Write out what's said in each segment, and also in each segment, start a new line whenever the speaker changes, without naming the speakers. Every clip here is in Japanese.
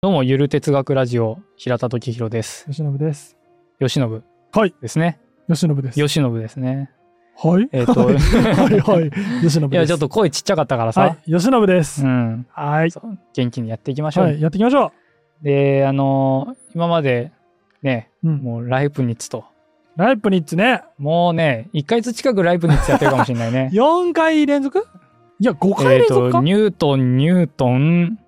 どうも、ゆる哲学ラジオ、平田時弘です。
吉信です。
吉信。
はい。
ですね。
吉信です。
吉信ですね。
はい。
えっ、と、
は い
い、
はいはい。吉信です。
や、ちょっと声ちっちゃかったからさ、
はい。吉信です
う。ん、
はい。
そう元気にやっていきましょう。
はい。やっていきましょ
で、あのー今までね、
う。うん。
もうライプニッツと、
ライプニッツね。
もうね、1ヶ月近くライプニッツやってるかもしれない ね。
4回連続いや、5回
えっ
連
と
続、か
ニュートン、ニュートン、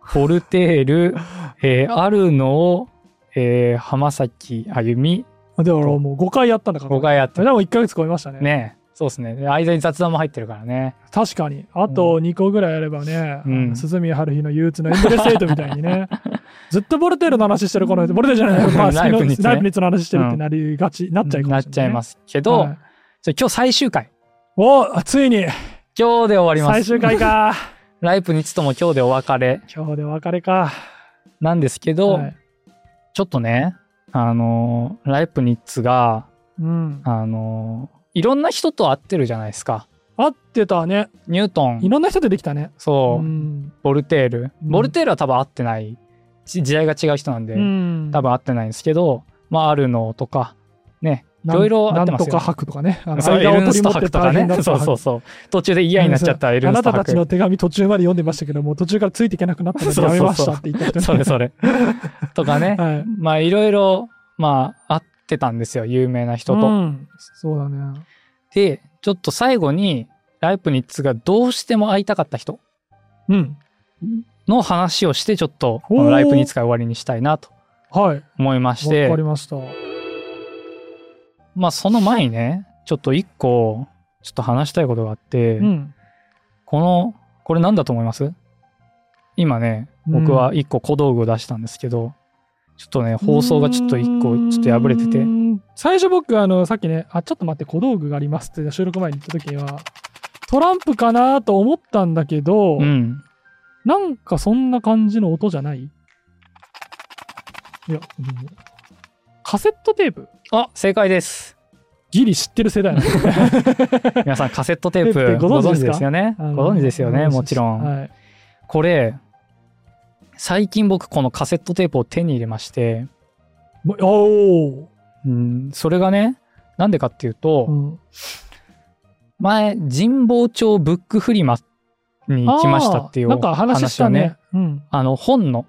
フォルテール、えーあるの、えー浜崎あゆみ、
あでももう5回やったんだから。
5回やって
でも1ヶ月超えましたね。
ねそうですねで間に雑談も入ってるからね
確かに。あと2個ぐらいやればね、
うん
あの鈴宮春日の憂鬱のエンドレスエイトみたいにね。 ずっとボルテールの話してるこの人、ボルテールじゃない、まあ、
ライプニッツね
ライプニッツの話してるってなりがち、なっちゃいか
な
も
っ
しれ。
ちゃいますすけど、
はい
じゃあ今日最終回
おついに
今日で終わりま
最
す
終回か。
ライプニッツとも今日でお別れ
今日でお別れか。
なんですけど、
はい
ちょっとねあのーライプニッツが
うん。
あのーいろんな人と会ってるじゃないですか
合ってたね。
ニュート
い
ン
ろんな人出てきたね。
そう、
ん。
ボルテール
うん
ボルテールは多分会ってない時時代が違う人なんで、
うん
多分会ってないんですけどまああるのとかねい
なん
ろいろ会
な
っ
ん
てます
と
よ、
か白とかね。あの
そうエ
間を
ルン
取
ス
り
ト
持
博
って
とか
大変
ね
だった
そうそうそう途中で嫌になっちゃったエル
あ
ンス
な
ト
た
博
たちの手紙途中まで読んでましたけども途中からついていけなくなったのでやめましたって言った人ね
それそれ。 とかね、
はい。
まあいろいろ、まあ会ってたんですよ、有名な人と。
うんそうだね。
で、ちょっと最後に、ライプニッツがどうしても会いたかった人
うん。
の話をして、ちょっと、
おー
このライプニッツ会終わりにしたいなと
はい。わ
思いまし
かり
て、
ました。
まあその前にね、ちょっと一個、ちょっと話したいことがあって、
うん。
この、これ何だと思います今ね、僕は一個小道具を出したんですけど、ちょっとね、放送がちょっと一個、ちょっと破れてて
う、ん。最初僕、あの、さっきね、あ、ちょっと待って、小道具がありますって収録前に言った時には、トランプかなと思ったんだけど、
うん、
なんかそんな感じの音じゃないいや、うんカセットテープ
あ正解です
ギリ知ってる世代なんです ね
皆 さんカセットテー
テープ
プ
って
ご
ご
存
存
知
知
で
ですす
よ
か
ね
あの
ご存知ですよね
ご存知
もちろん、
はい。
これ最近僕このカセットテープを手に入れまして、
もうおー
うん、それがねなんでかっていうと、
うん
前神保町ブックフリマに行きましたっていう
あーなんか話したね。うん。
あの本の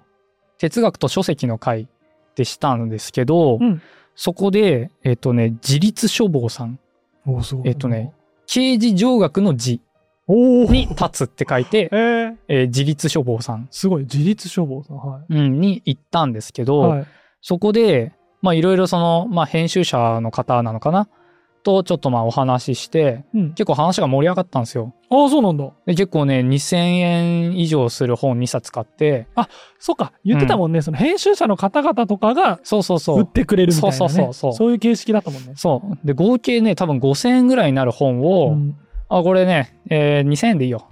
哲学と書籍の会でしたんですけど、
うん
そこでえっ、とね自立書房さん
おーすごい。
えっとね。刑事上学の字
おー
に立つって書いて
えー、
えー自立書房さん、
すごい。自立消防さん。はい。
うん、に行ったんですけど、
はい。
そこでまあいろいろその、まあ、編集者の方なのかなとちょっとまあお話しして
うん、
結構話が盛り上がったんですよ
ああ、そうなんだ。
で結構ね2000円以上する本2冊買って
そうか。言ってたもんね。その編集者の方々とかが
そうそうそ
売
う
ってくれるみたいな、ね。
そうそうそうそう
いう形式だったもんね。
そうで合計ね多分5000円ぐらいになる本を、
うん
あこれね、えー2000円でいいよ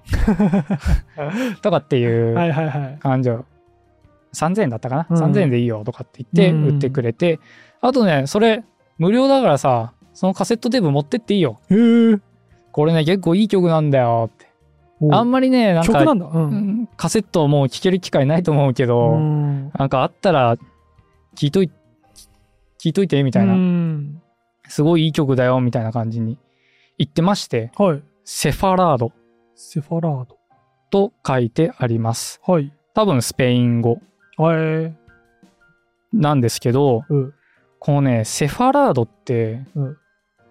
とかっていう
はいはいはい。
感情3000円だったかな、
うん
3000円でいいよとかって言って
うん
売ってくれて、あとねそれ無料だからさそのカセットテープ持ってっていいよ
へー
これね結構いい曲なんだよって
おー
あんまりねなんか
曲なんだ。う。
うんんカセットもう聴ける機会ないと思うけど、
み
なんかあったら聴いとい聞いといてみたいな、
うん、
すごいいい曲だよみたいな感じに言ってまして
はい。
セファラード
セファラード。
と書いてあります
はい。
多分スペイン語
はい。
なんですけど
うん。
このねセファラードって、
うん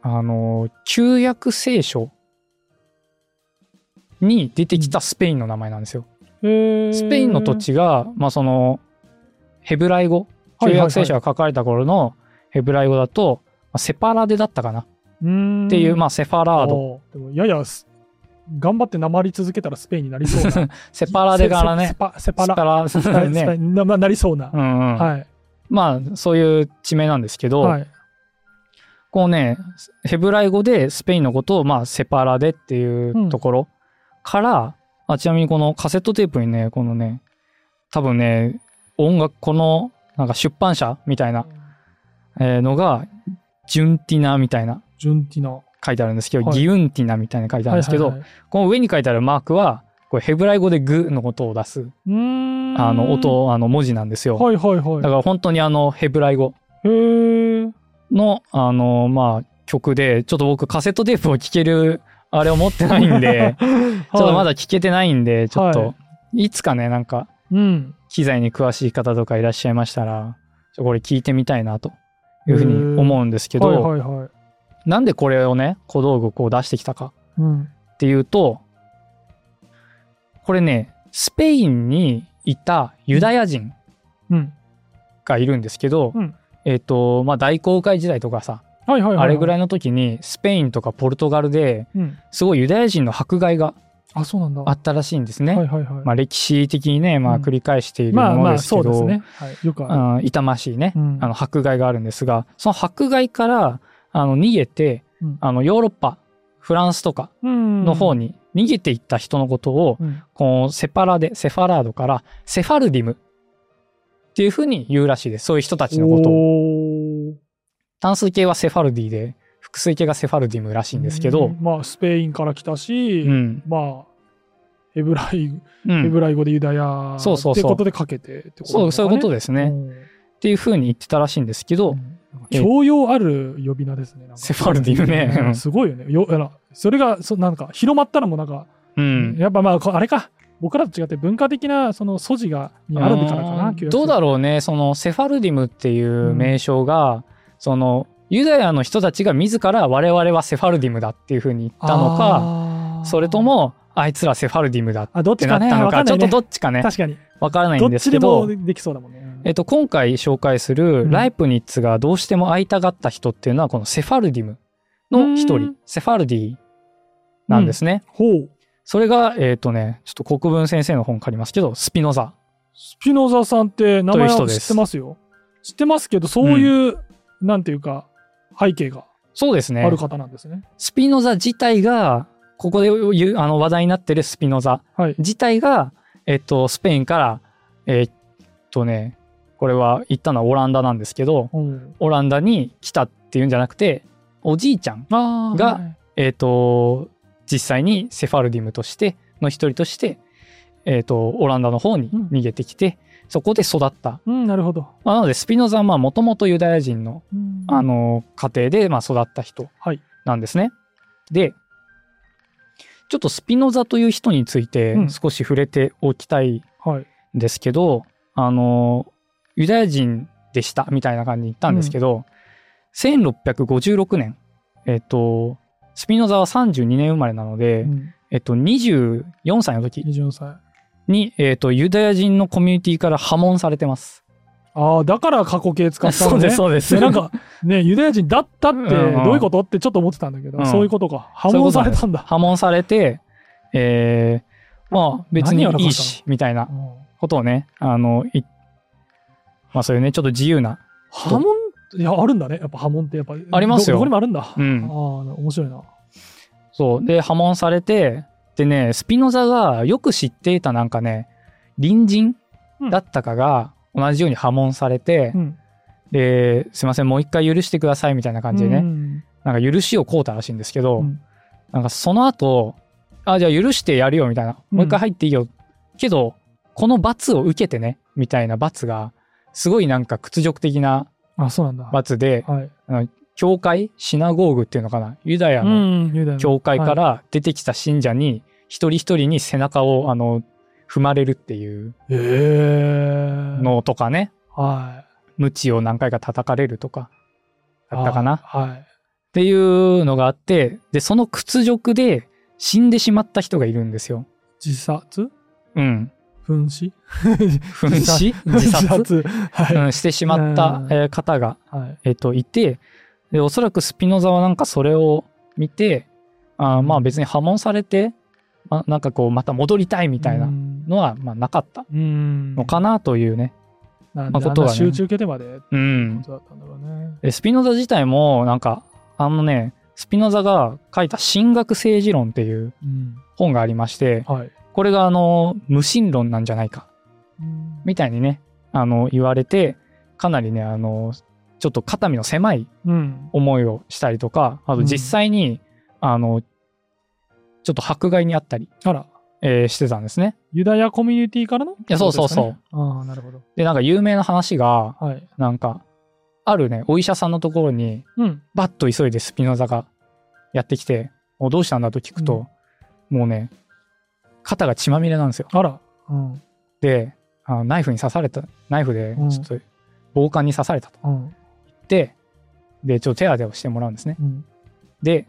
あの旧約聖書に出てきたスペインの名前なんですよ。スペインの土地が、まあ、そのヘブライ語
は
旧
いはいはい
約聖書が書かれた頃のヘブライ語だと、まあセパラデだったかなっ
って
いう、
あ
まあ、セファラード
ーでもややす頑張ってなまり続けたらスペインになりそうな。セ
セパラデからね
セパセパラ。
セ
ス
パ
パ
ラね、
なまなりそうな
う。んうん
はい。
まあそういう地名なんですけど、
はい。
こうねヘブライ語でスペインのことを、まあ、セパラデっていうところから、あちなみにこのカセットテープにねこのね多分ね音楽このなんか出版社みたいな、えーのがジュンティナみたいな
ジュンティナ。は
書いてあるんですけど、
はい
ギウンティナみたいな書いてあ
い
るんですけど、
はいはい
この上に書いてあるマークはこれヘブライ語でグのことを出す
うーん
あの音あの文字なんですよ、
はいはいはい。
だから本当にあのヘブライ語
へー
のあのまあ曲でちょっと僕カセットテープを聴けるあれを持ってないんで ちょっとま
だ、
だ聴けてないんでちょっと、、
はい
つかねなんか
うん。
機材に詳しい方とかいらっしゃいましたらちょこれ聞いてみたいなというふうに思うんですけど、
はいはいはい。
なんでこれをね小道具をこう出してきたか
うん。
っていうとこれねスペインにいたユダヤ人
うん。
がいるんですけど、
うん
えっ、とまあ大航海時代とかさ、
はいはいはい。
あれぐら
い。
いの時にスペインとかポルトガルで
うん。
すごいユダヤ人の迫害が
あ、そうなんだ。
あったらしいんですね。
はいはいはい。
まあ、歴史的にね、まあ、
うん
繰り返している
まあ
も
ま
の
あ
ですけど、
そうですね。はい、よくある。
うん痛ましいね、
うん
あの迫害があるんですがその迫害からあの逃げて
うん
あのヨーロッパフランスとかの方に逃げていった人のことを、
うん
こうセパラでセファラードからセファルディムっていうふうに言うらしいですそういう人たちのことを
おー
単数形はセファルディで複数形がセファルディムらしいんですけど
うん、まあスペインから来たし、
うん
まあヘブライ、
う
ヘ
ん、
ブライ語でユダヤ
そうそうそう
ってことでかけてってことな
そ
のかね
うそういうことですね、っ。ていうふうに言ってたらしいんですけ
う
ど
ん、教養ある呼び名ですね。なんか
セファルディムね
うんすごいよね。よあのそれがそなんか広まったのもなんか、
うん、
やっぱまあこあれか僕らと違って文化的なその素地がにあるからか
あ
な
の。ーどうだ
ろ
ろうねそのセファルディムっていう名称が、そのユダヤの人たちが自ら我々はセファルディムだっていうふうに言ったのか
か
それともあいつらセファルディムだっ
あどってち
な
か
っ
ね
たの
わ
か
かん
ち
な
ょ
い
っと
ね
どっちかね
確かに
わからない
ど
ん
っ
です
ち
け
で
ど
もできそうだもんね。
えっと、今回紹介する
ん
ライプニッツがどうしても会いたがった人っていうのはこのセファルディムの一
う
人
ん
セファルディなんですね。
ほう。
それがえっ、とねちょっと国分先生の本借りますけどスピノザ。
スピノザさんって名
とい
前
う人
は
で
知
す
ってますよ。知ってますけど、そういう、なんていうか、背景が
そうです
あ
ね
る。方なんですね。
スピノザ自体がここで言うあの話題になってるスピノザ
はい。
自体がえっ、とスペインからえっ、とねこれは行ったのはオランダなんですけど
うん
オランダに来たっていうんじゃなくておじいちゃん
あー
が
はい
えー、と実際にセファルディムとしての一人として、えー、とオランダの方に
うん
逃げてきて、そこで育った、
うん、なるほど。
まあ、なのでスピノザはもともとユダヤ人の
うん
あ、の家庭でまあ育った人
はい。
なんですね。でちょっとスピノザという人について
うん
少し触れておきたい
はい。
んですけど、あのユダヤ人でしたみたいな感じに言ったんですけど、1656年、えっとスピノザは32年生まれなので、
うん
えっと、24歳の時
24歳。
に、えっと、ユダヤ人のコミュニティから破門されてます。
ああ、だから過去形使ったのね。
そうです、そうです。
でなんか、ね、ユダヤ人だったって、
うんうん
どういうことってちょっと思ってたんだけど、
うん
そういうことか。破
そういうこと
門さ
なん
れ
です
たんだ。
破門されて、えー、まあ別にいいし、みたいな
うん
ことをね、あの、いまあそういうね、ちょっと自由な、
破門いや、あるんだね。やっぱ破門って、やっぱ。
ありますよ
どどこにもあるんだ。
う
ああ
ん、
面白いな。
そう、で、破門されて、でね、スピノザがよく知っていたなんかね、隣人だったかが同じように破門されて、
うん
で、すいません、もう一回許してくださいみたいな感じでね、
うん
なんか許しを請うたらしいんですけど、
うん
なんかその後あじゃあ許してやるよみたいな
うん
もう一回入っていいよ、けどこの罰を受けてねみたいな罰がすごいなんか屈辱的な
あ、そうなんだ。は
罰で
い。
教会シナゴーグっていうのかなユダヤ
う
の
んユダヤの
教会か
は
ら出てきた信者に一人一人に背中をあの踏まれるっていう
いえー、
のとかね
はい
鞭を何回か叩かれるとかだったかなっ
あはい
ていうのがあってでその屈辱で死んでしまった人がいるんですよ。
自殺
うん、
噴死
噴死自
自
殺
殺はい、
うん、してしまった
うん
えー方が、
はい
えっといてでおそらくスピノザはなんかそれを見てあーまあ別に破門されて、まあ、なんかこうまた戻りたいみたいうなんのはまあなかった
うん
のかなというね、
なん
ま
で
あこ
あん
とは
な
ね
集中受けてまでって
うん
こ、とだったんだろうね
でスピノザ自体もなんかあのねスピノザが書いた「神学政治論」っていう
うん
本がありまして
はい
これがあの無神論なんじゃないか
うん
みたいにねあの言われてかなりねあのちょっと肩身の狭い
うん
思いをしたりとかあと
うん
実際に、あのちょっと迫害にあったり
あら
えーしてたんですね。
ユダヤコミュニティからのい
やそうそうそう
ああ、なるほど。
で、なんか有名な話が、
はい。
なんか、あるね、お医者さんのところに、
うん。
バッと急いでスピノザがやってきて、おどうしたんだと聞くと、もうね、肩が血まみれなんですよ。
あら。うん。
で、あのナイフに刺された、ナイフで
うん、
ちょっと、暴漢に刺されたと
うん。
言って、で、ちょっと手当てをしてもらうんですね。
うん。
で、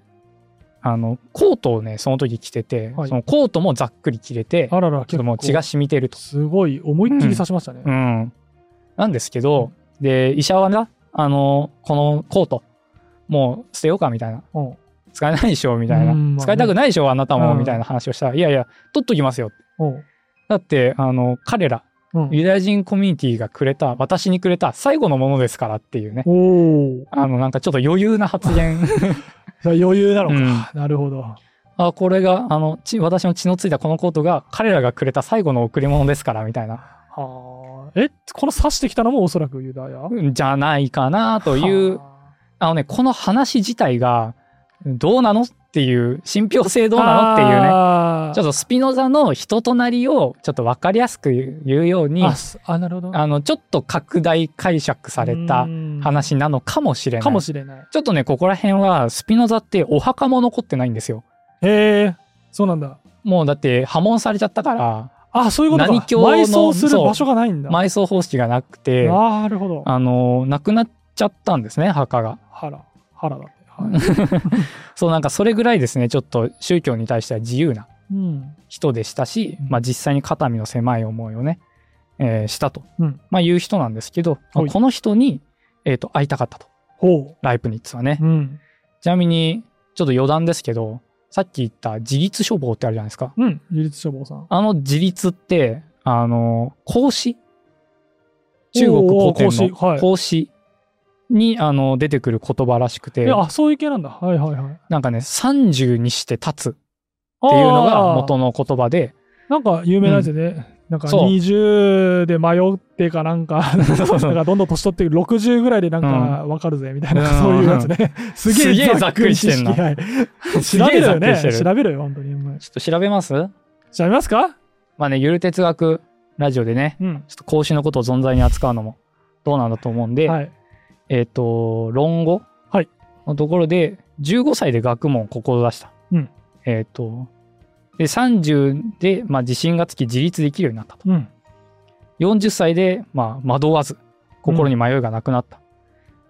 あの、コートをね、その時着てて、
はい
そのコートもざっくり着れて、ちょ
あらら、
っともう血が
結
染みてる
構
と。
すごい、思いっきり刺しましたね。
うん。なんですけど、で、医者はな、あの、このコート、もう捨てようかみたいな。
うん。
使えないでしょみたいな、
うんまあね
使いたくないでしょあなたも、
うん
みたいな話をしたらいやいや取っときますよ
うん。
だってあの彼ら
うん。
ユダヤ人コミュニティがくれた私にくれた最後のものですからっていうね
おお。
あのなんかちょっと余裕な発 言
じゃあ余裕なのか。なるほど。
あこれがあの血私の血のついたこのコートが彼らがくれた最後の贈り物ですからみたいな
はあ。え、この刺してきたのもおそらくユダヤ
じゃないかなという
はあ
あのねこの話自体がどうなのっていう信憑性どうなのっていうね
あー
ちょっとスピノザの人となりをちょっと分かりやすく言うように
あすあなるほど。
あのちょっと拡大解釈された
うん
話なのかもしれない。
かもしれない。
ちょっとねここら辺はスピノザってお墓も残ってないんですよ。
へえ、そうなんだ。
もうだって破門されちゃったから
あ、そういうことか。
何教の
埋葬する
そう
場所がないんだ。
埋葬方式がなくてあ
なるほど。
の亡くなっちゃったんですね墓が。
腹、腹だって。はい
そうなんかそれぐらいですねちょっと宗教に対しては自由な
うん。
人でしたし
うん、
まあ、実際に肩身の狭い思いをね、えーしたと、
うん
まあ、いう人なんですけど、まあ
はい
この人に、えーと会いたかったと
ほ
ライプニッツはね。
う。うん。
ちなみに、ちょっと余談ですけど、さっき言った自立処方ってあるじゃないですか。
うん。自立消防さん。
あの自立って、あの、孔子中国
おー
古典
孔子は
の
い
孔子にあの出てくる言葉らしくて
え、、あ、そういう系なんだ。はいはいはい。っ
なんかね、30にして立つってていうのが元の言葉で、
なんか有名なやつでね。なんか
そう
20で迷ってかなんか、なんかどんどん年取ってくる60ぐらいでなんかわかるぜみたいな、
うん
そういうやつね。すげ
すげ
え
え
ざっくり
ざっくりしてんな
知識はい
す
調
げ
べ
え
ろ
ざ
よ
っくり
ね。
してる
調べろよ、本当に。うん
ちょっと調べます
調べますか
まあね、ゆる哲学ラジオでね、
うん。
ちょっと孔子のことを存在に扱うのもどうなんだと思うんで、
はい。
えっ、と、論語
はい
のところで、15歳で学問を志した。
うん
えっ、と、で、30で、まあ、自信がつき自立できるようになったと。
うん。
40歳で、まあ、惑わず、心に迷いがなくなった。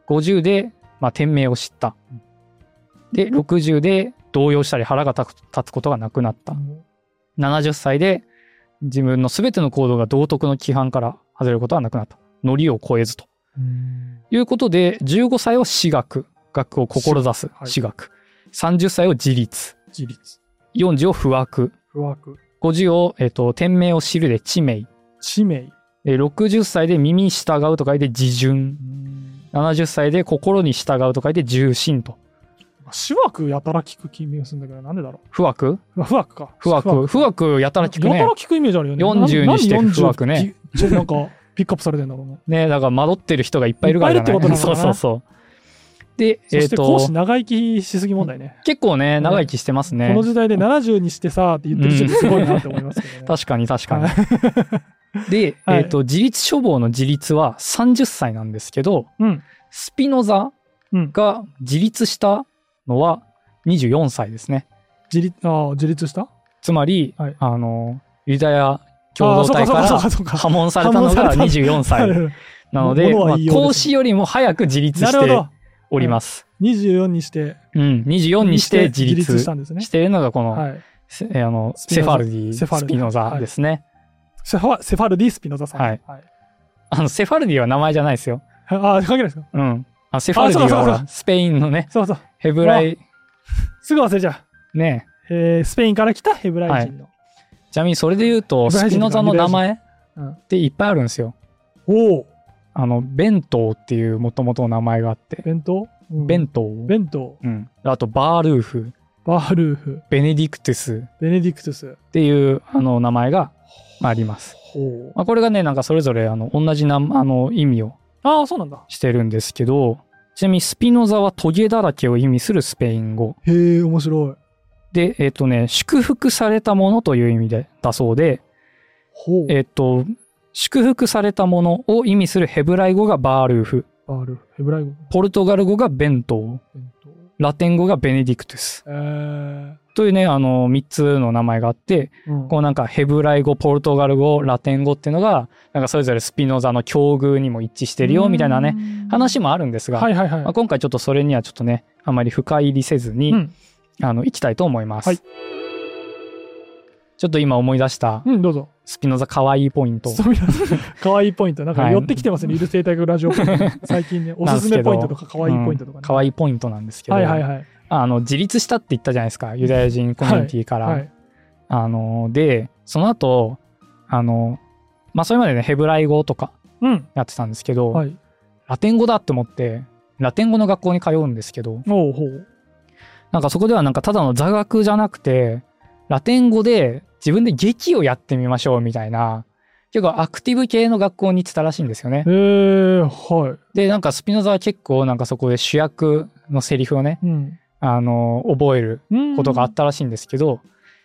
50で、まあ、天命を知った。で、60で、動揺したり腹が立つ立つことがなくなった。70歳で、自分の全ての行動が道徳の規範から外れることはなくなった。ノリを超えずと。
うん
ということで、15歳を私学、学を志す、
はい
私学。30歳を自立、
自立。
40を不惑、
不惑。
50を、えっと天命を知るで知名、
知名。
で60歳で耳に従うと書いて自順、
うん
70歳で心に従うと書いて重心と。
私枠やたら聞く気がするんだけど、なんでだろ
不惑
う。不惑か。
不惑不惑やたら聞く
やた
ね
ら。聞くイメージあるよね。
40にして
なんで40
不惑ね
き。ちょなんか、ピックアップされてんだろう ね。
ね、だから惑ってる人がいっぱいいるからじゃない
いっぱいいるってこ
そ
と
う
な のか
そ
な
うそう。で、
そ
えっ
して、講師
と、
長生きしすぎ問題ね。
結構ね、長生きしてますね
この。時代で70にしてさーって言ってる人ってすごいなって思いますけどね。
確かに 確かに。で、
はい
えっ、と、自立処方の自立は30歳なんですけど、
うん
スピノザ
うん
が自立したのは24歳ですね。
自立、あー自立した
つまり、
はい
あの、ユダヤ共同体か
あーそう
ら
かそう
破
かそうか
門されたの
破門
が
された
24歳
そうか。
なので、
ものは
まあ
言いようですね
孔子よりも早く自立
なる
し
ほ
て
ど。
おります。
24にして、
うん、24にして自立
し
した
んですね。
ているのがこの、
はい。
せあの
スピ
セ
ノ
フ
ザ
ァルディ・
セファ
ス
ルディ
ピノザですね。
セファセファルディ・スピノザさん。
はいあのセファルディは名前じゃないですよ。
ああ、関係ないですか
うん。あセファルディ
そうそう
は
そう
ほら、スペインのね、
そうそう。
ヘブライ、
すぐ忘れちゃ
ね。
う。えースペインから来たヘブライ人の。
ちなみにそれで言うと、
ヘブラ
ス
イ人
ピノザの名前っ
うん
ていっぱいあるんですよ。
おお
あの、弁当っていうもともとの名前があって、
弁当、うん
弁当。
弁当。
うん。あと、バールーフ、
バールーフ、
ベネディクトゥスっ
ベネディクトゥス。
ていうあの名前がまああります。
ほう。
まあ、これがね、なんかそれぞれあの同じなあの意味を
ああ、そうなんだ。
してるんですけど、ちなみにスピノザはトゲだらけを意味するスペイン語。
へえ、面白い。
で、えっ、とね、祝福されたものという意味でだそうで、
ほう。
えっ、と、祝福されたものを意味するヘブライ語がバールーフ、
バール、ヘブライ語。
ポルトガル語がベントー、
弁当
ラテン語がベネディクトゥス。
えー、
というね、あの、3つの名前があって、
うん
こうなんかヘブライ語、ポルトガル語、ラテン語っていうのが、なんかそれぞれスピノザの境遇にも一致してるよ、みたいなね、
うん
話もあるんですが、
はいはいはい。
まあ、今回ちょっとそれにはちょっとね、あまり深入りせずに、
うん
あの、行きたいと思います。
はい
ちょっと今思い出した、
うん、どうぞ。
スピノザ可愛いポイント。
そういう可愛いポイント。なんか
はい
寄ってきてますね。いる生態学ラジオ ポイント。最近ね、おすすめポイントとか可愛いポイントとかね。
可愛いポイントなんですけど、
はいはいはい。
あの自立したって言ったじゃないですかユダヤ人コミュニティから。
はい。
あのでその後あのまあそれまでねヘブライ語とか
うん。
やってたんですけど、
はい。
ラテン語だって思ってラテン語の学校に通うんですけど
おうほう。
なんかそこではなんかただの座学じゃなくてラテン語で自分で劇をやってみましょうみたいな結構アクティブ系の学校に行ってたらしいんですよね
え。ー、は
でなんかスピノザは結構なんかそこで主役のセリフをね
い。うん。
あの覚える
うん
ことがあったらしいんですけど、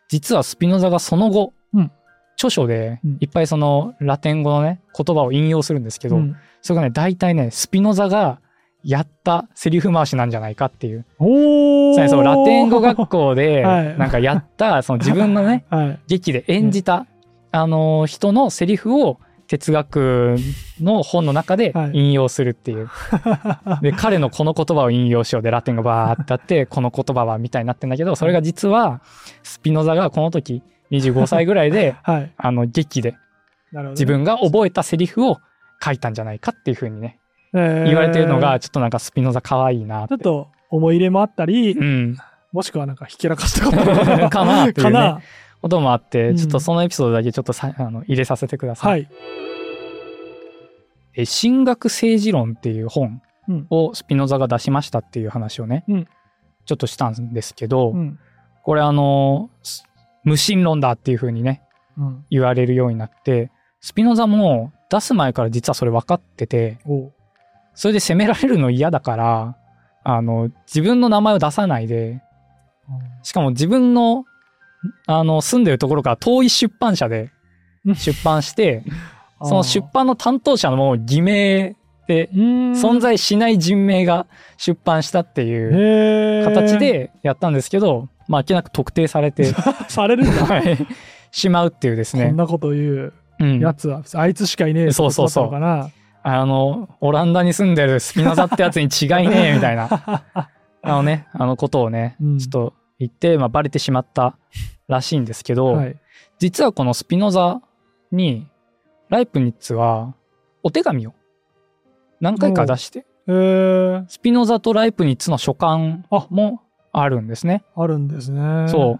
実はスピノザがその後、
うん
著書で
うん
いっぱいそのラテン語のね言葉を引用するんですけど、
うん
それがね大体ねスピノザがやったセリフ回しなんじゃないかっていう
お
つまりそのラテン語学
校。
校で
はい
なんかやったその自分の ね
はい。
劇で演じた、あの人のセリフを哲学の本の中で
はい
引用するって いう、で彼のこの言葉を引用しようでラテンがバーってあ ってこの言葉はみたいになってんだけどそれが実はスピノザがこの時25歳ぐらい で
はい。
あの劇で
なるほどね
自、分が覚えたセリフを書いたんじゃないかっていうふうにね
言
言われてるのが、ちょっとなんかスピノザ可愛いなっ。
ちょってと思い入れもあったり
う、ん、
もしくはなんかひけらかしたこと
かなっていうね
かな
こともあって、
うん
ちょっとそのエピソードだけちょっとさあの入れさせてください。
はい。
え神学政治論っていう本
うん
をスピノザが出しましたっていう話をね、
うん
ちょっとしたんですけど、
うん。
これあのす無神論だっていうふうにね
うん。
言われるようになってスピノザも出す前から実はそれ分かってて
おう
それで責められるの嫌だからあの自分の名前を出さないでしかも自分のあの住んでるところから遠い出版社で
うん
出版してその出版の担当者のもう偽名で存
存
在しない人名が出版したっていう形
形、
でやったんですけど、まああけなく特定されて、
されるんだ、
はい しまうっていうです
こ
ね
ん。なこと言
う
うんやつは、あいつしかいねえ
そうそうそう
ってことだったの
あの、オランダに住んでるスピノザってやつに違いねえみたい な、
かな
あのね、あのことをね、
うん
ちょっと言って、まあ、バレてしまったらしいんですけど、
はい
実はこのスピノザに、ライプニッツはお手紙を何回か出して、
えー、
スピノザとライプニッツの書簡
あ
もあるんですね。
あるんですね
そう。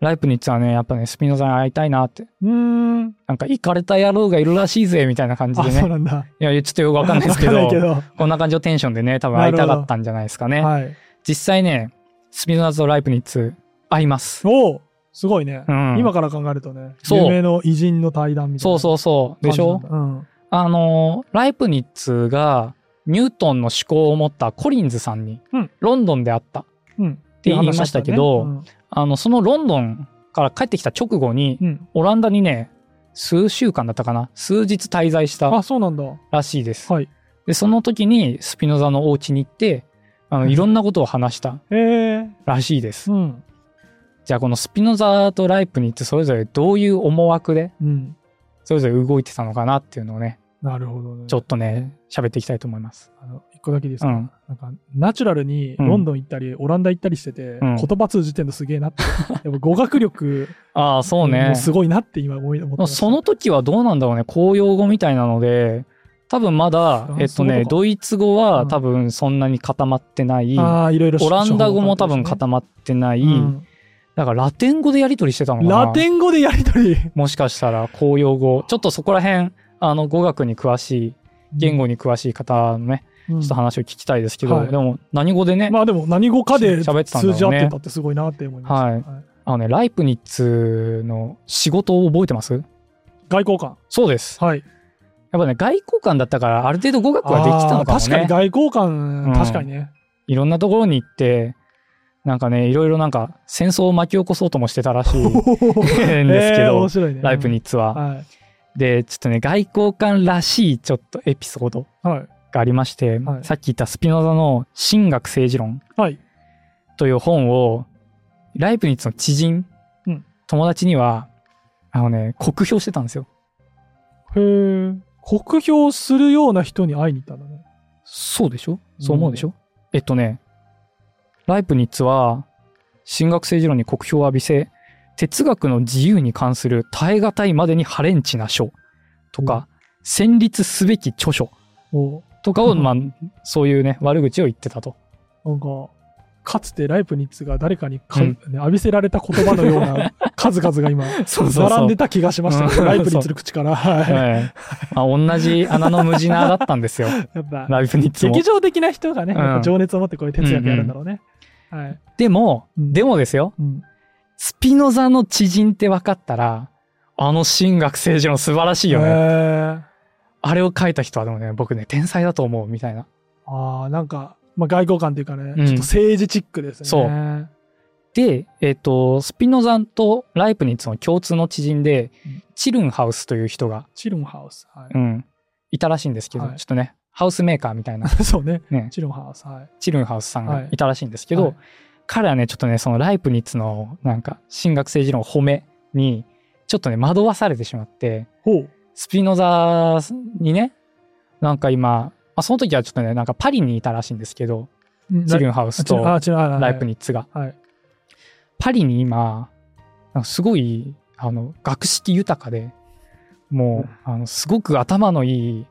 ライプニッツはね、やっぱね、スピノザに会いたいなって、
ううーん
なんか、行かれた野郎がいるらしいぜ、みたいな感じ
あ
で
そう
ね。
なんだ
いや、ちょっとよくわかんないですけ
わ
ど
か、んない
こんな感じのテンションでね、多分会いたかったんじゃないですか
け
ね。
どはい
実際ね、スピノザとライプニッツ、会います。
おうすごいね、
うん
今から考えるとね
そう
夢の偉人の対談みたい
そ
な
うそうそう。でしょ
感じなんだ
あのー、ライプニッツが、ニュートンの思考を持ったコリンズさんに
うん、
ロンドンで会った。
うんうんって
言いましたけどあの、そのロンドンから帰ってきた直後に、
うんうん
オランダにね、数週間だったかな数日滞在した
あそうなんだ
らしいです。
はい
で、その時にスピノザのお家に行って、あのいろんなことを話した
えー、
らしいです。
うん
じゃあ、このスピノザとライプニッツ、それぞれどういう思惑で、
うん
それぞれ動いてたのかなっていうのをね、
なるほどね
ちょっとね、喋っていきたいと思います。
あの一個だけいいです
う
か、
ん。
なんかナチュラルにロンドン行ったり、オランダ行ったりしてて、
うん
言葉通じてんのすげえなって、 やっぱ語学力
ああ、そうね
も。すごいなって今思い思って
ま
ま
あ
す
その時はどうなんだろうね、公用語みたいなので、多分まだ
フ、ラ
えっ
ンス
と
語とか
ね、ドイツ語
う
は
ん
多分そんなに固まってない、
あーいろいろ
オランダ語も多分
方
固まってない、だからラテン語でやり取りしてたのかな。
ラテン語でやりとり
もしかしたら公用語、ちょっとそこら辺、あの語学に詳しい、言語に詳しい方のね、
うん
ちょっと話を聞きたいですけど、
はい
でも何語でね、
まあでも何語かで
喋ってたんだろうね
通じ合ってたってすごいなって思いました、
はいあのね、ライプニッツの仕事を覚えてます
外交官
そうです。
はい
やっぱね、外交官だったから、ある程度語学はできたのかも
あー確か
ね
に。外交
うん
官確かにね、
いろんなところに行って、なんかね、いろいろなんか戦争を巻き起こそうともしてたらしいんですけど、
えー面白いね。
ライプニッツは。
はい。
で、ちょっとね、外交官らしいちょっとエピソード
はい。
がありまして、
はい
さっき言ったスピノザの「神学政治論
はい。」
という本を、ライプニッツの知人、
うん
友達には、あのね、酷評してたんですよ。
へえ。酷評するような人に会いに行ったんだね。
そうでしょそう思うでしょ、えっとね、ライプニッツは、神学政治論に酷評を浴びせ、哲学の自由に関する耐え難いまでにハレンチな書とか、戦慄すべき著書
おう
と かを、
うん
まあ、そういうね、悪口を言ってたと。
なんか、かつてライプニッツが誰かにか、ね浴びせられた言葉のよ うな数々が今、
そう
並んでた気がしましたけ
う
ど、
ん
ライプニッツの口から。はい
ええまあ、同じ穴の無地なだったん ですよ、
やっぱ、
ライプニッツも
劇。場的な人がね、
うん
やっぱ情熱を持ってこういう哲学やるんだろうね。はい。
でも、で
も、
もですよ、
うん
スピノザの知人って分かったら、あの神学政治論素晴らしいよね。
へー
あれを書いた人はでもね、僕ね、天才だと思うみたいな。
ああ、なんか、まあ、外交官というかね、
うん
ちょっと政治チックですね。
そう
は
で、えっ、と、スピノザンとライプニッツの共通の知人で
うん、
チルンハウスという人が、
い。チルンハウス。は
うん、いたらしいんですけど、
はい
ちょっとね、ハウスメーカーみたいな、
い。 そうね。
ね、
チルンハウス。はい。
チルンハウスさん
は
が
い
いたらしいんですけど、
はい
彼はね、ちょっとね、そのライプニッツのなんか、神学政治論褒めに、ちょっとね、惑わされてしまって、
ほう。
スピノザにね、なんか今、まあ、その時はちょっとね、なんかパリにいたらしいんですけど、チルンハウスと
あチルンあチルンあ
ライプ
に。
ニッツが。
はい。
パリに今なんかすごいあの学識豊かでもうあのすごく頭のいい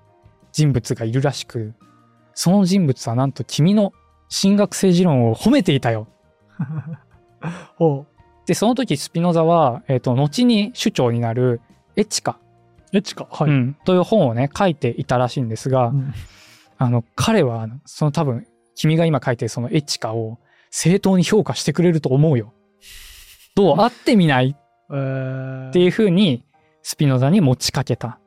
人物がいるらしくその人物はなんと君の神学政治論を褒めていたよ
ほう。
でその時スピノザは、えー、と後に首長になるエチカ、
エチカ。はい。
うんという本をね書いていたらしいんですが、
うん
あの彼はあのその多分君が今書いてるそのエチカを正当に評価してくれると思うよどう会ってみない
えー
っていう風にスピノザに持ちかけた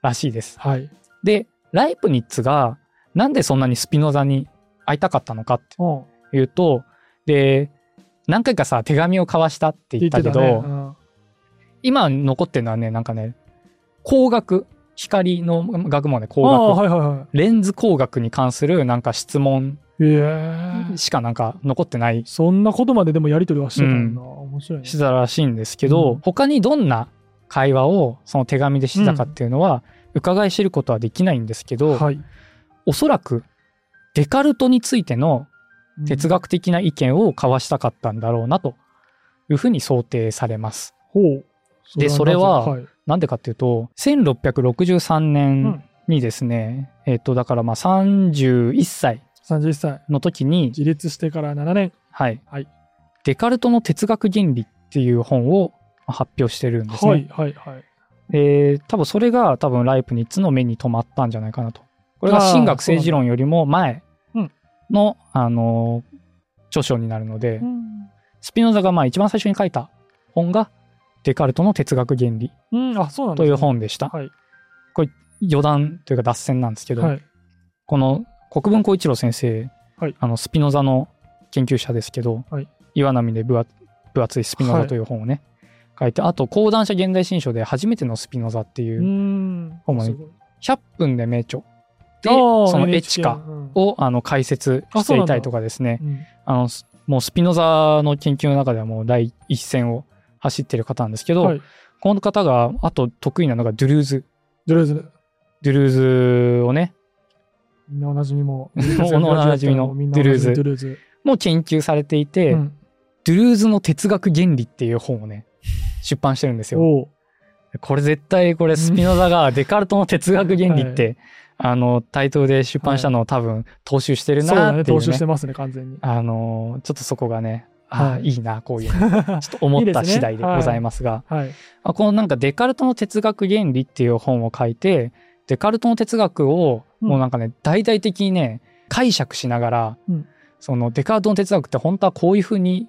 らしいです。
はい。
でライプニッツがなんでそんなにスピノザに会いたかったのかっ
うん。って
いうとで何回かさ手紙を交わしたって言
て
ったけど
ねうん
今残ってるのはねなんかね光学光の学問ね
ああ、
光学
はいはいは
レンズ光学に関するなんか質問
い。ええ。
しかなんか残ってない
そんなことまででもやりとりはしてたんだ。面白いね。
してたらしいんですけど、
うん
他にどんな会話をその手紙でしてたかっていうのは、伺い知ることはできないんですけど、
はい。
おそらくデカルトについての哲
学。
学的な意見を交わしたかったんだろうなというふうに想定されます。
ほう。
で
なぜ
それ
はい。
なんでかっていうと1663
うん
年にですね、えっとだからまあ31歳
31歳。
の時に、
自立してから7年。
はい
はい
デカルトの哲学原理っていう本を発表してるんですね。
はいはいはい。
えー多分それが多分ライプニッツの目に留まったんじゃないかなと。これが
あー
神学政治論よりも前
そうなん
の、あのー著書になるので、スピノザがまあ一番最初に書いた本がデカルトの哲学原理
うん、あ、そうなん
と
です
いう
ね
本でした。
はい。
余談というか脱線なんですけど、
はい。
この国分光一郎先生、
はい
あのスピノザの研究者ですけど、
はい
岩波で分厚分厚いスピノザという本をね、書いて、あと講談社現代新書で初めてのスピノザっていうう、
ん。
ほんまに
すごい
100分で名著で
あー
その
NHK
エチカ
うん
をあの解説していたりとかですね
うん
あのすもうスピノザの研究の中ではもう第一線を走ってる方なんですけど、
はい。
この方があと得意なのがドゥルーズ
とりあえず、
ドゥルーズをね
みんなおなじみも。お
おなじみの
ドゥルーズ。
ドゥ
ルーズ。
もう研究されていて、
うん
ドゥルーズの哲学原理っていう本をね出版してるんですよ。
おう
これ絶対これスピノザがデカルトの哲学原理って、あのタイトルで出版したのを多分踏襲してる
そうだ
な
ね、
っていう、
踏
ね
襲してますね、完全に。
あのーちょっとそこがね、あ
は
あ、
い
いいな、こういうの。ちょっと思
いい
っ
です
た
ね
次第でございますが、
はい。
あこのなんかデカルトの哲学原理っていう本を書いて、デカルトの哲学を
うん
もうなんかね、大々的にね、解釈しながら、
うん
そのデカルトの哲学って本当はこういうふうに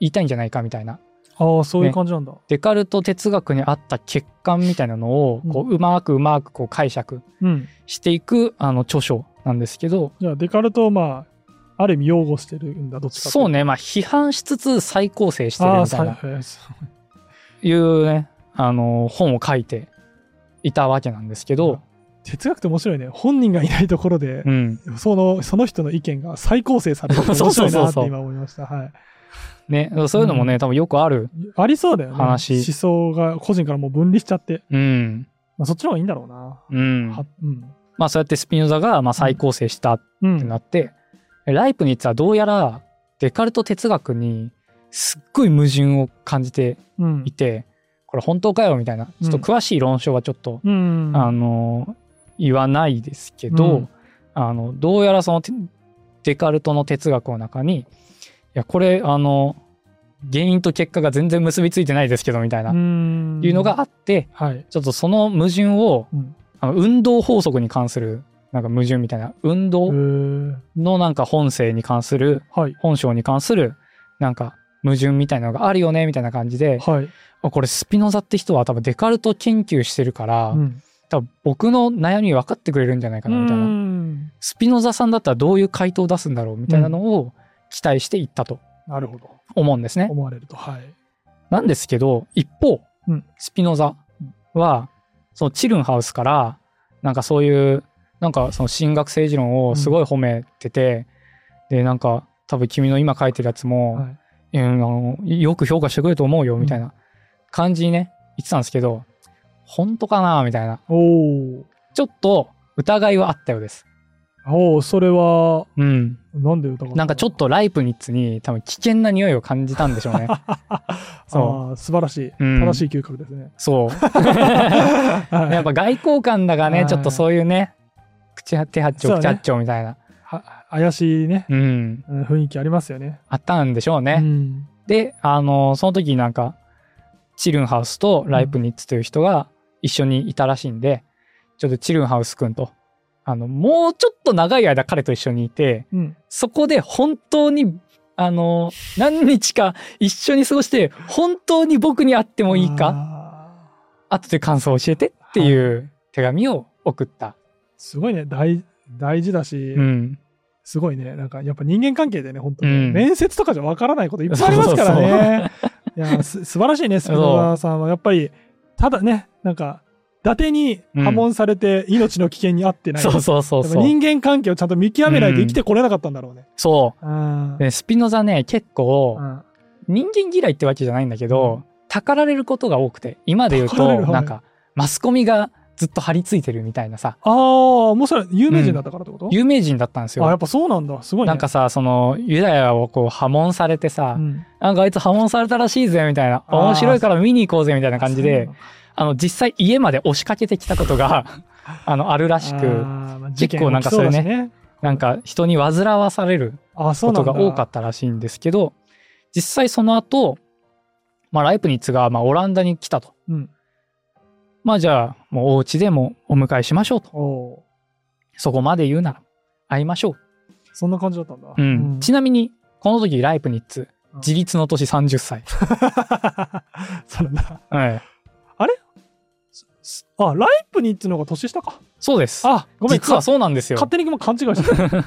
言いたいんじゃないかみたいな。
ああ、そういう感じなんだ。
デカルト哲学にあった欠陥みたいなのを、こう、うまくうまくこう解釈
うん。
していく、あの、著書なんですけど、
じゃあ、デカルトをまあ、ある意味擁護してるんだ、どっちかってい
そうね、まあ、批判しつつ再構成してる
ああ、
みた
さ
い
い
な、
はいそう
いうね、あの、本を書いていたわけなんですけど、
哲学って面白いね。本人がいないところで
う、ん。
その、その人の意見が再構成されてる面白 い
そうそう
なって
そう
今思いました。はい。
ね、そういうのもね、多分よくある。
ありそうだよね。
話
思想が個人からもう分離しちゃって。
うん。
まあ、そっちの方がいいんだろうな。
うん。
はうん。
まあ、そうやってスピノザが、まあ、再構成したっ
う
て
ん。
なって、ライプニッツはどうやらデカルト哲学にすっごい矛盾を感じて
うん
い。て、これ本当かよみたいな、ちょっと詳しい論証はちょっと
うん。
あの言わないですけど、
うん
あのどうやらそのてデカルトの哲学の中にいやこれあの原因と結果が全然結びついてないですけどみたいな、
うん
いうのがあって
はい。
ちょっとその矛盾を
うん。
あの運動法則に関するなんか矛盾みたいな運
え
動
ー
のなんか本性に関する
はい。
本性に関するなんか矛盾みたいなのがあるよねみたいな感じで
はい。
あこれスピノザって人は多分デカルト研究してるから、
うん
多分僕の悩み分かってくれるんじゃないかなみたいな、
うん
スピノザさんだったらどういう回答を出すんだろうみたいなのを期待していったと
なるほど。
思うんですね。
思われると。はい。
なんですけど一方、
うん
スピノザはそのチルンハウスからなんかそういうなんかその神学政治論をすごい褒めてて、でなんか多分君の今書いてるやつも、
はい。
うんあのよく評価してくれると思うよみたいな感じにね言ってたんですけど本当かなみたいな
おお。
ちょっと疑いはあったようです。
おお、それは、
うん、
なんで歌
なんかちょっとライプニッツに多分危険な匂いを感じたんでし ょうね。そう
そう。素晴らしい。
うん
正しい嗅覚です ね。
そう。
はい
やっぱ外交官だが
は
ね、
い
ちょっとそういうね、口は手八丁、
そうね
口八丁みたいな、
は怪しいね、
うん、
うん雰囲気ありますよね。
あったんでしょう
う
ね。
ん
で、あの、その時なんか、チルンハウスとライプニッツという人が一緒にいたらしいんで、ちょっとチルンハウス君と、あの、もうちょっと長い間彼と一緒にいて、
うん
そこで本当に、あの、何日か一緒に過ごして、本当に僕に会ってもいいか
あ
後で感想を教えてっていう手紙を送った。
ーすごいね大大事だし、
うん。
すごいねなんかやっぱ人間関係でね本当に、
うん
面接とかじゃわからないこといっぱいありますからね。いやす素晴らしいねスピノザさんはやっぱりただねなんか伊達に破門されて命の危険に遭ってない、
そうそうそう
やっぱ
そう。
人間関係をちゃんと見極めないと生きてこれなかったんだろうね。
そ
うん
う。でスピノザね、結構
う、ん
人間嫌いってわけじゃないんだけ
う
ど
ん、
たかられることが多くて、今で言う
たかられ
と、
るはい
なんか、マスコミがずっと張り付いてるみたいなさ、
ああ面白い有名人だったからってこと、
有名人だったんです
あやっ
よ。
ぱそうなんだすごいね。
なんかさ、その、ユダヤをこう、破門されてさ、
うん
なんかあいつ破門されたらしいぜ、みたいな。
あー
面白いから見に行こうぜ、みたいな感じ
そうなん
で
だ、
あの、実際家まで押しかけてきたこと が、あの、あるらし
あ
く、
ーまあ
結構なんか
事件
それ
起きだしね。
なんか人に煩わされる
あ、そ
こ
うな
と
んだ
が多かったらしいんですけど実際その後、まあライプニッツがまあオランダに来たと
うん。
まあじゃあもうお家でもお迎えしましょうと
おお
そこまで言うなら会いましょう、
ー。そんな感じだったんだ。
うんちなみにこの時ライプニッツ
うん
自立の年30歳、
そうなんだ。
はい、
すあ、ライプニッツの方が年下か。
そうです
あ、ごめん。
実は
か
そうなんですよ
勝手にもう勘違いしてた。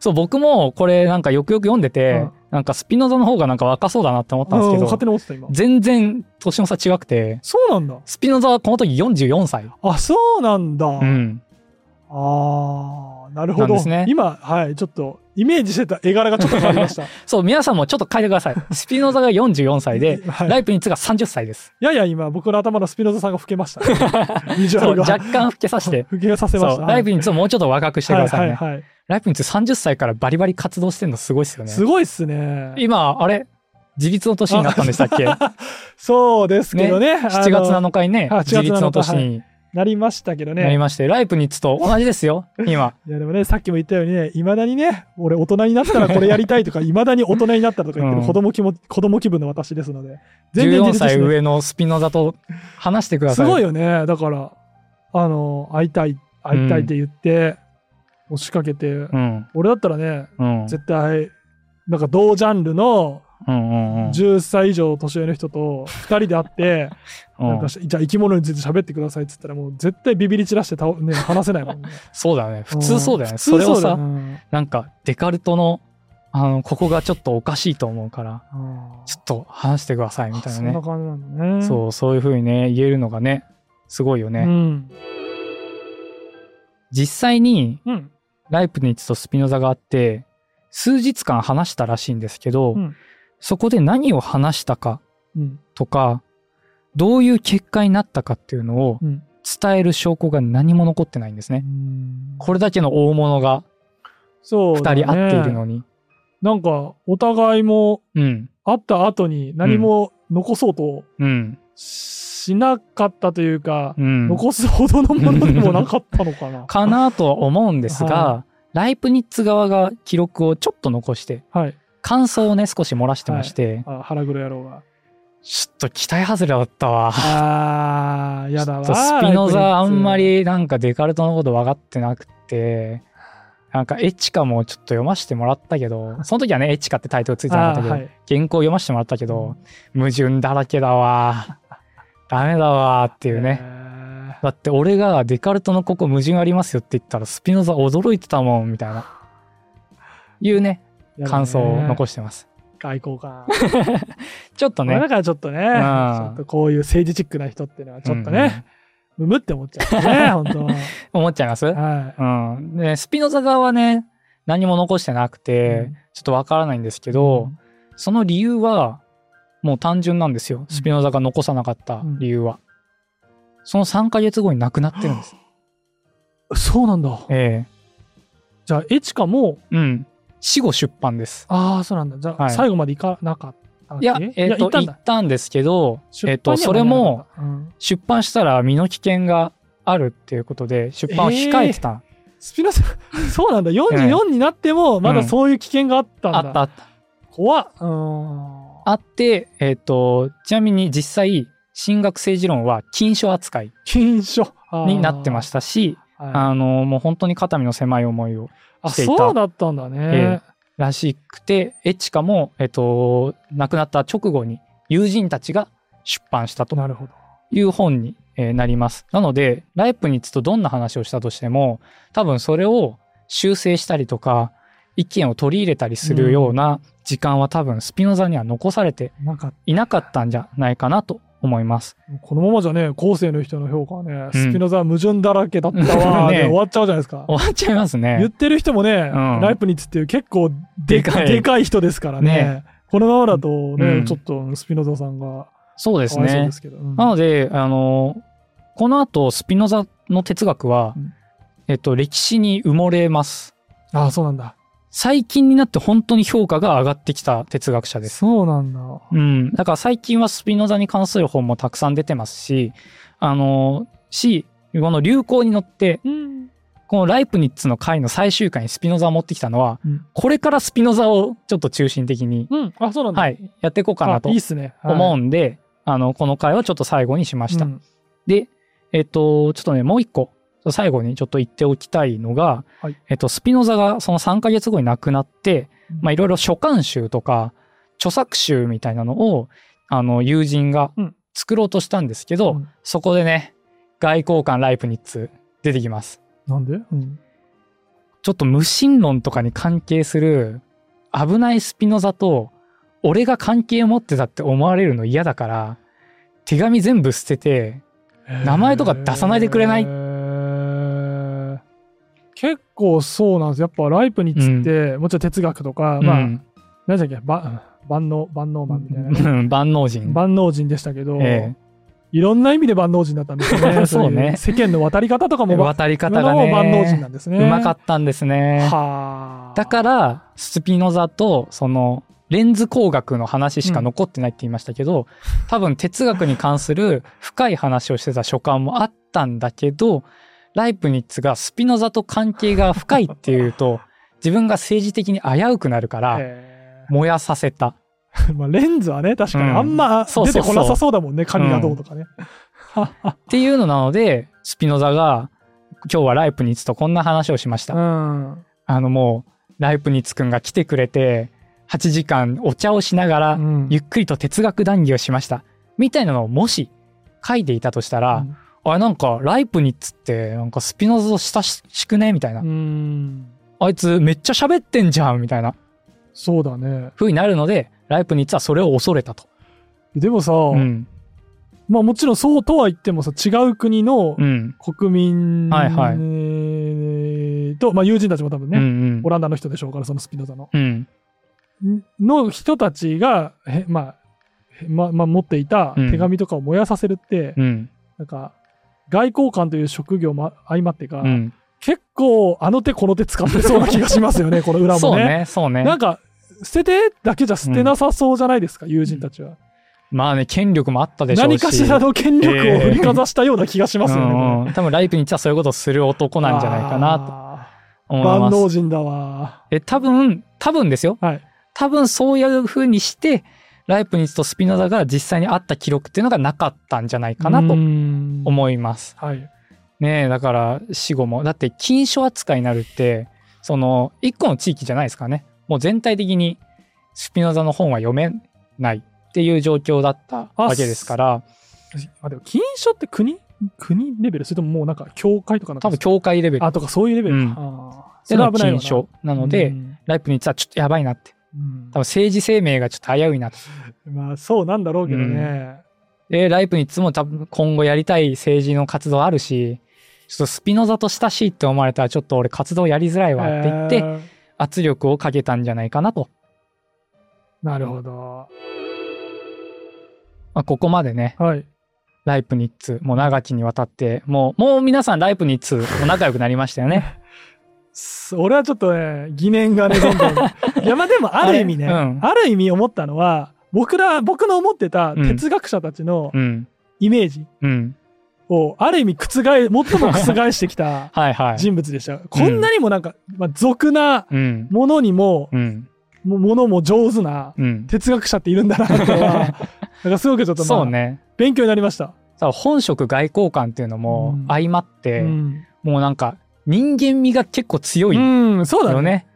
そう僕もこれなんかよくよく読んでて、
うん
なんかスピノザの方がなんか若そうだなって思ったんです
うん
け
勝
ど
手に落ちてた今。
全然年の差違くて
そうなんだ。
スピノザはこの時44歳
あ、そうなんだ。
うん
ああ、なるほ
なん
ど。
ですね
今、はい、ちょっとイメージしてた絵柄がちょっと変わりました。、
そう、皆さんもちょっと書いてください。スピノザが44歳で
はい
ライプニッツが30歳です。
やや今、僕の頭のスピノザさんが老けました、 ね。ビジュア
そう、
ルが。。
若干老けさせて
老けさせまし
そう、
た。
ライプニッツをもうちょっと若くしてくださいね。
はいはいはい。
ライプニッツ30歳からバリバリ活動してるのすごいですよね。
すごいっすね。
今、あれ自立の年になったんでしたっけ ?7
そうですけどね。あの
月7日にね、
あ7月
自立の年に
なりましたけどね。
なりまして、ライプニッツと同じですよ、 今。
いやでもね、さっきも言ったようにね、いまだにね、俺大人になったらこれやりたい とか、いまだに大人になったらとか言って
う
る
ん
子供気も、子供気分の私ですので、
14
自立し
歳
てない
上のスピノザと話してくだ
す
さい。
ごいよね。だから、あの、会いたい、会いたいって言って、押しかけて、
うん。
俺だったらね、
うん。
絶対、なんか同ジャンルの
うんうんうん。
10歳以上年上の人と2人で会って、
うん
なんかしじゃあ生き物について喋ってくださいって言ったら、もう絶対ビビり散らしてた、ね、話せないもんね。
そうだよね。普通そうだよね。
ん
それをさ、
普通そうだよね
なんかデカルトのあの、ここがちょっとおかしいと思うから、
あ
ちょっと話してください
ー
みたい
そ
なんね
な。感じなんだね。
そう、そういうふうにね、言えるのがね、すごいよね。
うん。
実際に、
うん。
ライプニッツとスピノザがあって、数日間話したらしいんですけど、
うん
そこで何を話したか
うん。
とか、どういう結果になったかっていうのを
うん。
伝える証拠が何も残ってないんですね。これだけの大物が
そう。
2人会っている。のに。
なんか、お互いも
うん。
会った後に何も残そうと
うん。
しなかったというか、
うん。
残すほどのものでもなかったのかな。
かなとは思うんですが、ライプニッツ側が記録をちょっと残して、
はい。
感想をね、少し漏らしてまして、
あ腹黒野郎 が。
ちょっと期待外れだったわ。
あー、やだわ。
ちょっとスピノザあんま
ライ
りなんかデカルトのこと分かってなく て、なんかエチカもちょっと読ませてもらったけ ど、その時はね、エチカってタイトルつい
プニッ
てな
ツ。
かったけど、
あーは
原
い。
稿読ませてもらったけど、矛盾だらけだわ。 ダメだわっていうね。
ね。
だって俺がデカルトのここ矛盾ありますよって言ったらスピノザ驚いてたもんみ たいな。いうね、感想を残
し
してます。
外交官。
ちょっと
ね、
ね
だ。からちょっとね、ち
ん
ょっとこういう政治チックな人っていうのはちょっとね、むむって思っちゃうね、 本当。
うん。思っちゃいます
は
うん。で、スピノザ側はね、何も残してなく
い。
て、ちょっとわからないんですけど、その理由は、もう単純なんですよ。
うん
スピノザが残さなかった理由は。その3ヶ月後に亡くなってる んです。
うんそうなんだ。
え
じゃあ、エチカも、
えうん。死後出版です。
ああ、そうなんだ。じゃ
は
あ、
い
最後まで行かなかったん
い
だ
や
っけ。、
えっ、と、
行ったん
行
だ
っ。たんですけど、えっ、
出版
と、
には
それも、
間に合わなかった、うん
出版したら身の危険があるっていうことで、出版を控えてた。
スピノザ、そうなんだ。44になっても、まだそういう危険があったんだ。
あったあった。
怖っ。うーん。
あって、えっ、と、ちなみに実際、神学政治論は禁書扱い
禁書あー
になってましたし、
はい
あの、もう本当に肩身の狭い思いを
あ、
していた
そうだったんだね。
らしくて、エチカも、えっと、亡くなった直後に友人たちが出版したと
なるほど。
いう本にえーなります。なので、ライプニッツとどんな話をしたとしても、多分それを修正したりとか、意見を取り入れたりするような時間は多分スピノザには残されて
なんか、
いなかったんじゃないかなと思います。
このままじゃね、後世の人の評価はね、
うん
スピノザは矛盾だらけだったわー
ね
で終わっちゃうじゃないですか。
終わっちゃいます
言っ
ね。
てる人もね、
ん
ライプニッツっていう結構で
でか
か
い
いでかい人ですからね。
ね
このままだとね、
うん
ちょっとスピノザさんが
そうで
か
す
わいそう
ね
で。すけど。うん
なので、あの、この後、スピノザの哲学は、
うん
えっと、歴史に埋もれます。
ああ、そうなんだ。
最近になって本当に評価が上がってきた哲学者です。
そうなんだ。
うん。だから最近はスピノザに関する本もたくさん出てますし、あの、し、この流行に乗って、
うん。
このライプニッツの会の最終回にスピノザを持ってきたのは、
うん
これからスピノザをちょっと中心的に、
うん。あ、そうなんだ。。
はいい、やっていこうかなと
いいっすね。はい
思うんで、あの、この回はちょっと最後にしました。
うん
で、えっと、ちょっとね、もう一個、最後にちょっと言っておきたいのが、
はい
えっと、スピノザがその3ヶ月後に亡くなって
うん、
まあ、いろいろ書簡集とか、著作集みたいなのを、あの、友人が
うん
作ろうとしたんですけど、
うん
そこでね、外交官ライプニッツ出てきます。
なんでうん。
ちょっと無神論とかに関係する、危ないスピノザと、俺が関係を持ってたって思われるの嫌だから、手紙全部捨てて、 名前とか出さないでくれない
へー結構そうなんですやっぱライプニッツって、もちろん哲学とか、まあ
うん
何でしたっけば万能万能マンみたいなね、
うん万能人。
万能人でしたけど、
え
いろんな意味で万能人だったんですよ ね
そうね
世間の渡り方とか
え、
もば
渡り方がね、
も万能人なんですね
うまか
っ
ったんですね。
はあ
だから、スピノザと、その、レンズ工学の話しか残ってないって言いましたけど、多分哲学に関する深い話をしてた書簡もあったんだけど、ライプニッツがスピノザと関係が深いっていうと、自分が政治的に危うくなるから、
へ
燃やさせた。
ーまあ、レンズはね確かにあんま
そう
出
そ
て
うそう
こなさそうだもんね髪がどうとかね、
っていうのなので、スピノザが、今日はライプニッツとこんな話をしました。
うん
あのもう、ライプニッツくんが来てくれて、8時間お茶をしながら、
うん
ゆっくりと哲学談義をしました。みたいなのをもし書いていたとしたら、あれなんか、ライプニッツって、なんかスピノザと親しくねみたいな、
うん
あいつめっちゃ喋ってんじゃんみたいな。
そうだね。
風になるので、ライプニッツはそれを恐れたと。
でもさ、
うん。
まあもちろんそうとは言ってもさ、違う国の
うん。
国民、
はいはい
えーと、まあ友人たちも多分
うんう
ね、
ん
オランダの人でしょうから、そのスピノザの。
うん。
の人たちが、へまあ、へままあ、持っていた
うん
手紙とかを燃やさせるって、
うん。
なんか、外交官という職業も相まってか、
うん。
結構あの手この手使ってそうな気がします よね、この裏
そ
も
う
ね。
ね、そうね。
なんか、捨ててだけじゃ捨てなさそうじゃないですか、友人たちは。
まあね、権力もあったでしょうし。
何かしらの権力を振りかざしたような気がしますよね。
うんうん多分ライプニッツはそういうことをする男なんじゃないかなと思
と
いま
万能
す。
人だわ。
え、多分、多分ですよ。
はい。
多分そういう風にして、ライプニッツとスピノザが実際にあった記録っていうのがなかったんじゃないかなと
思
思います。
はい。
ねえ、だから死後も。だって禁書扱いになるって、その、一個の地域じゃないですからね。もう全体的にスピノザの本は読めないっていう状況だったわけですから、
あでも、禁書って国国レベルそれとももうなんか、教会とかなんか
多分教会レベル
あ、とかそういうレベル
うん
か。あー
で
それは
の
危ないわ
禁
な
書なので、
うん
ライプニッツはちょっとやばいなって。
うん
多分政治生命がちょっと危ういなって。
まあ、そうなんだろうけどね。
で、ライプニッツも多分今後やりたい政治の活動あるし、ちょっとスピノザと親しいって思われたらちょっと俺活動やりづらいわって言って、
えー
圧力をかけたんじゃないかなと。
なるほど。
まあ、ここまでね、
はい。
ライプニッツもう長きにわたって、もう、もう皆さんライプニッツも仲良くなりましたよ ね。
す俺はちょっとね、疑念がね、どんどん。いや、まあでも、ある意味
あ
ね、
れう
あ
ん
る意味思ったのは、僕ら、僕の思ってた哲学者たちの
うん。
イメージ
うん。
を、ある意味覆、最も覆してきた
はいはい。
人物でした。こんなにもなんか、まあ、俗な
うん。
ものにも、
うん。
もものも上手な
うん。
哲学者っているんだな、とは。 なんかすごくちょっと、
そう
まあ、
ね。
勉強になりました。
さあ本職外交官っていうのも
うん
相まって、
うん
もうなんか人間味が結構強いよね。
うん、そうだね。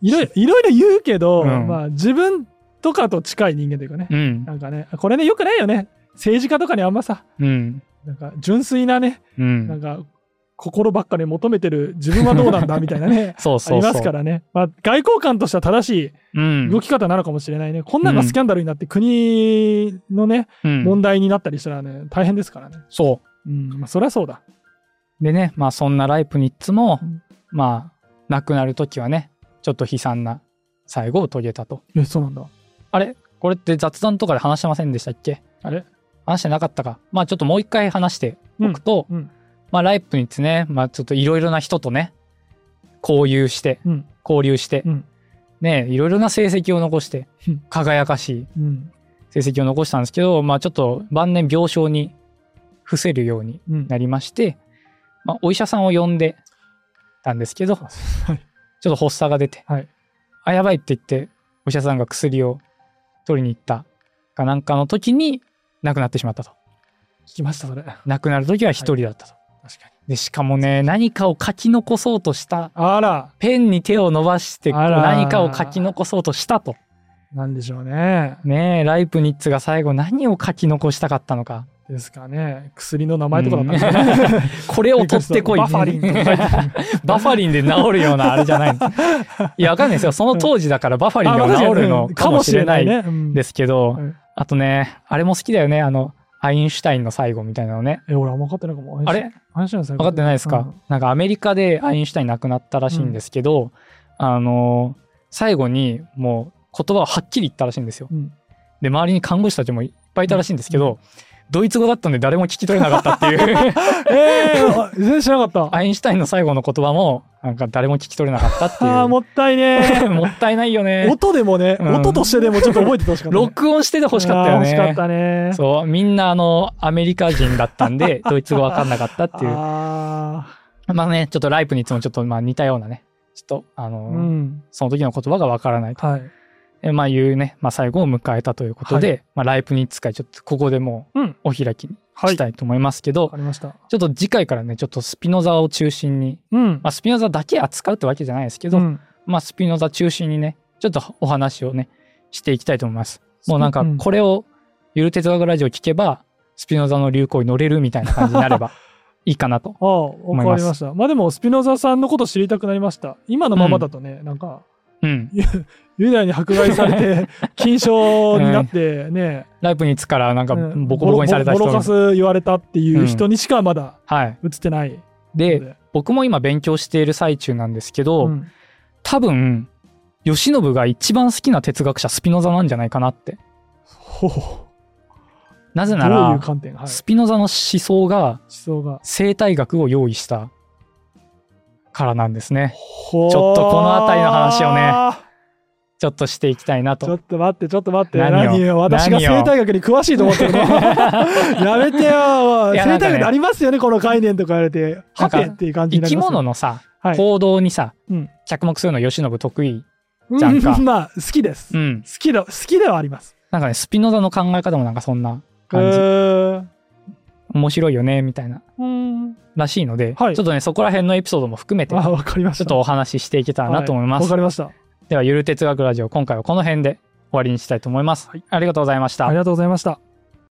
いろいろいろいろ言うけど、
うん
まあ、自分とかと近い人間というかね。
うん。
なんかね、これね、よくないよね。政治家とかにあんまさ、
うん。
なんか純粋なね、
う
なん
ん。
か心ばっかり求めてる自分はどう なんだみたいなね、
そう
あ
そうそう。
りますからね。まあ、外交官としては正し
う
い
ん。
動き方なのかもしれないね。こんなんがスキャンダルになって国のね、
うん
問題になったりしたらね、大変ですからね。
そ
うん、まあ、そりゃそうだ。
う。でね、まあそんなライプニッツも、
うん
まあ亡くなる時はね、ちょっと悲惨な最後を遂げたと。
え、そうなんだ。
あれこれって雑談とかで話してませんでしたっけ
あれ
話してなかったか。まあちょっともう一回話しておくと、
うん、
まあライプニッツね、まあちょっといろいろな人とね、交友して、
うん、
交流して、
うん、
ね、いろいろな成績を残して
うん、
輝かしい
うん、
成績を残したんですけど、まあちょっと晩年病床に伏せるように
うん。
なりまして、まあ、お医者さんを呼んでたんですけど、ちょ
はい
っと発作が出て、
はい
あ、やばいって言って、お医者さんが薬を取りに行ったかなんかの時に亡くなってしまったと。
聞きました、それ。確か
亡くなる時は一人だったと。
に。
で、しかもね、何かを書き残そうとした、
あら、
ペンに手を伸ばして、こう
あら
何かを書き残そうとしたと。
なんでしょうね。
ねえ、ライプニッツが最後何を書き残したかったのか。
ですかね。薬の名前とかだったんですかね。
こ れを取ってこい。
バファリンとか書いてある
バファリンで治るようなあれじゃ ないんです。いや、わかんないですよ。その当時だからバファリン
あ
で
まあ確
は
かに
治るのかもしれない
ねうん
ですけど
うん、
あとね、あれも好きだよね。あの、アインシュタインの最後みたいなのね。
え、俺あんま分かってないかも。
あれ
話なんですよ
分かってないですか、なんかアメリカでアインシュタイン亡くなったらしいんですけど、あのー最後にもう言葉をはっきり言ったらしいんですよ。
うんうん
で、周りに看護師たちもいっぱいいたらしいんですけど、ドイツ語だったんで誰も聞き取れなかったって いう。
えー、あ全然知らなかった。
アインシュタインの最後の言葉も、なんか誰も聞き取れなかったっていう。
あーもったいね
もったいないよ
ー。
ね。
音でもね、
うん
音としてでもちょっと覚えててほしか ったね。
録音してて欲しかったよね。
あー欲しかったね。
そう、みんなあの、アメリカ人だったん で、ドイツ語わかんなかったっていう。
あ
まあね、ちょっとライプニッツもちょっとまあ似たようなね、ちょっと、あの
ー、うん。
その時の言葉がわからないと。
はい。
えまあいうね、まあ最後を迎えたということで、
は
まあライプニッツ会ちょっとここでもう
うん。
お開きに
はい。
し
わ
たいと思いますけど、
かりました。
ちょっと次回からね、ちょっとスピノザを中心に、
うん。
まあスピノザだけ扱うってわけじゃないですけど、
うん
まあ、スピノザ中心にね、ちょっとお話をね、していきたいと思います。もうなんか
う、ん
これを、ゆる哲学ラジオ聞けば、スピノザの流行に乗れるみたいな感じになれ ばいいかなと。
ああ、わかりました。まあでも、スピノザさんのこと知りたくなりました。今のままだとね、なんか、
うん。
ユダヤに迫害さ れて、禁書になってね、
ライプニッツからなんか
うん
ボコボコにされた人
ボロボロカス言われたっていう人にしかまだ
はい
映ってないので。
で僕も今勉強している最中なんですけど、
うん
多分慶喜が一番好きな哲学者スピノザなんじゃないかなって
ほうほ
なぜ
う
な
どういう
ら
観点、はい、
スピノザの思想が
思想が。
生態学を用意したからなんですね
ちょ
ちょっとこの辺りの話をねちょっとしていきたいな
ちょ
と
っと待って、ちょっと待って。
何
何
を
よ私が
何を
生態学に詳しいと思ってる の。やめてよ。
いやな
生
んかね
態学ありますよね、この概念とか言われて。
なんか
はてって いう感
生
じにな
き
りますよ。
物のさ、
はい
行動にさ、
うん
着目するの慶喜得意、じゃんか
うん まあ、好きです。
う
好
ん、
きだ、好きではあります。
なんかねスピノザの考え方もなんかそんな
う
感じ
ー
面白いよねみたいな
うん。
らしいので、
はい
ちょっとねそこら辺のエピソードも含めて
あ、わかりまし
ちょっ
た。
とお話ししていけたらなと思いま
はわ
す、
かりました。
ではゆる哲学ラジオ今回はこの辺で終わりにしたいと思います、
はい
ありがとうございました
ありがとうございました。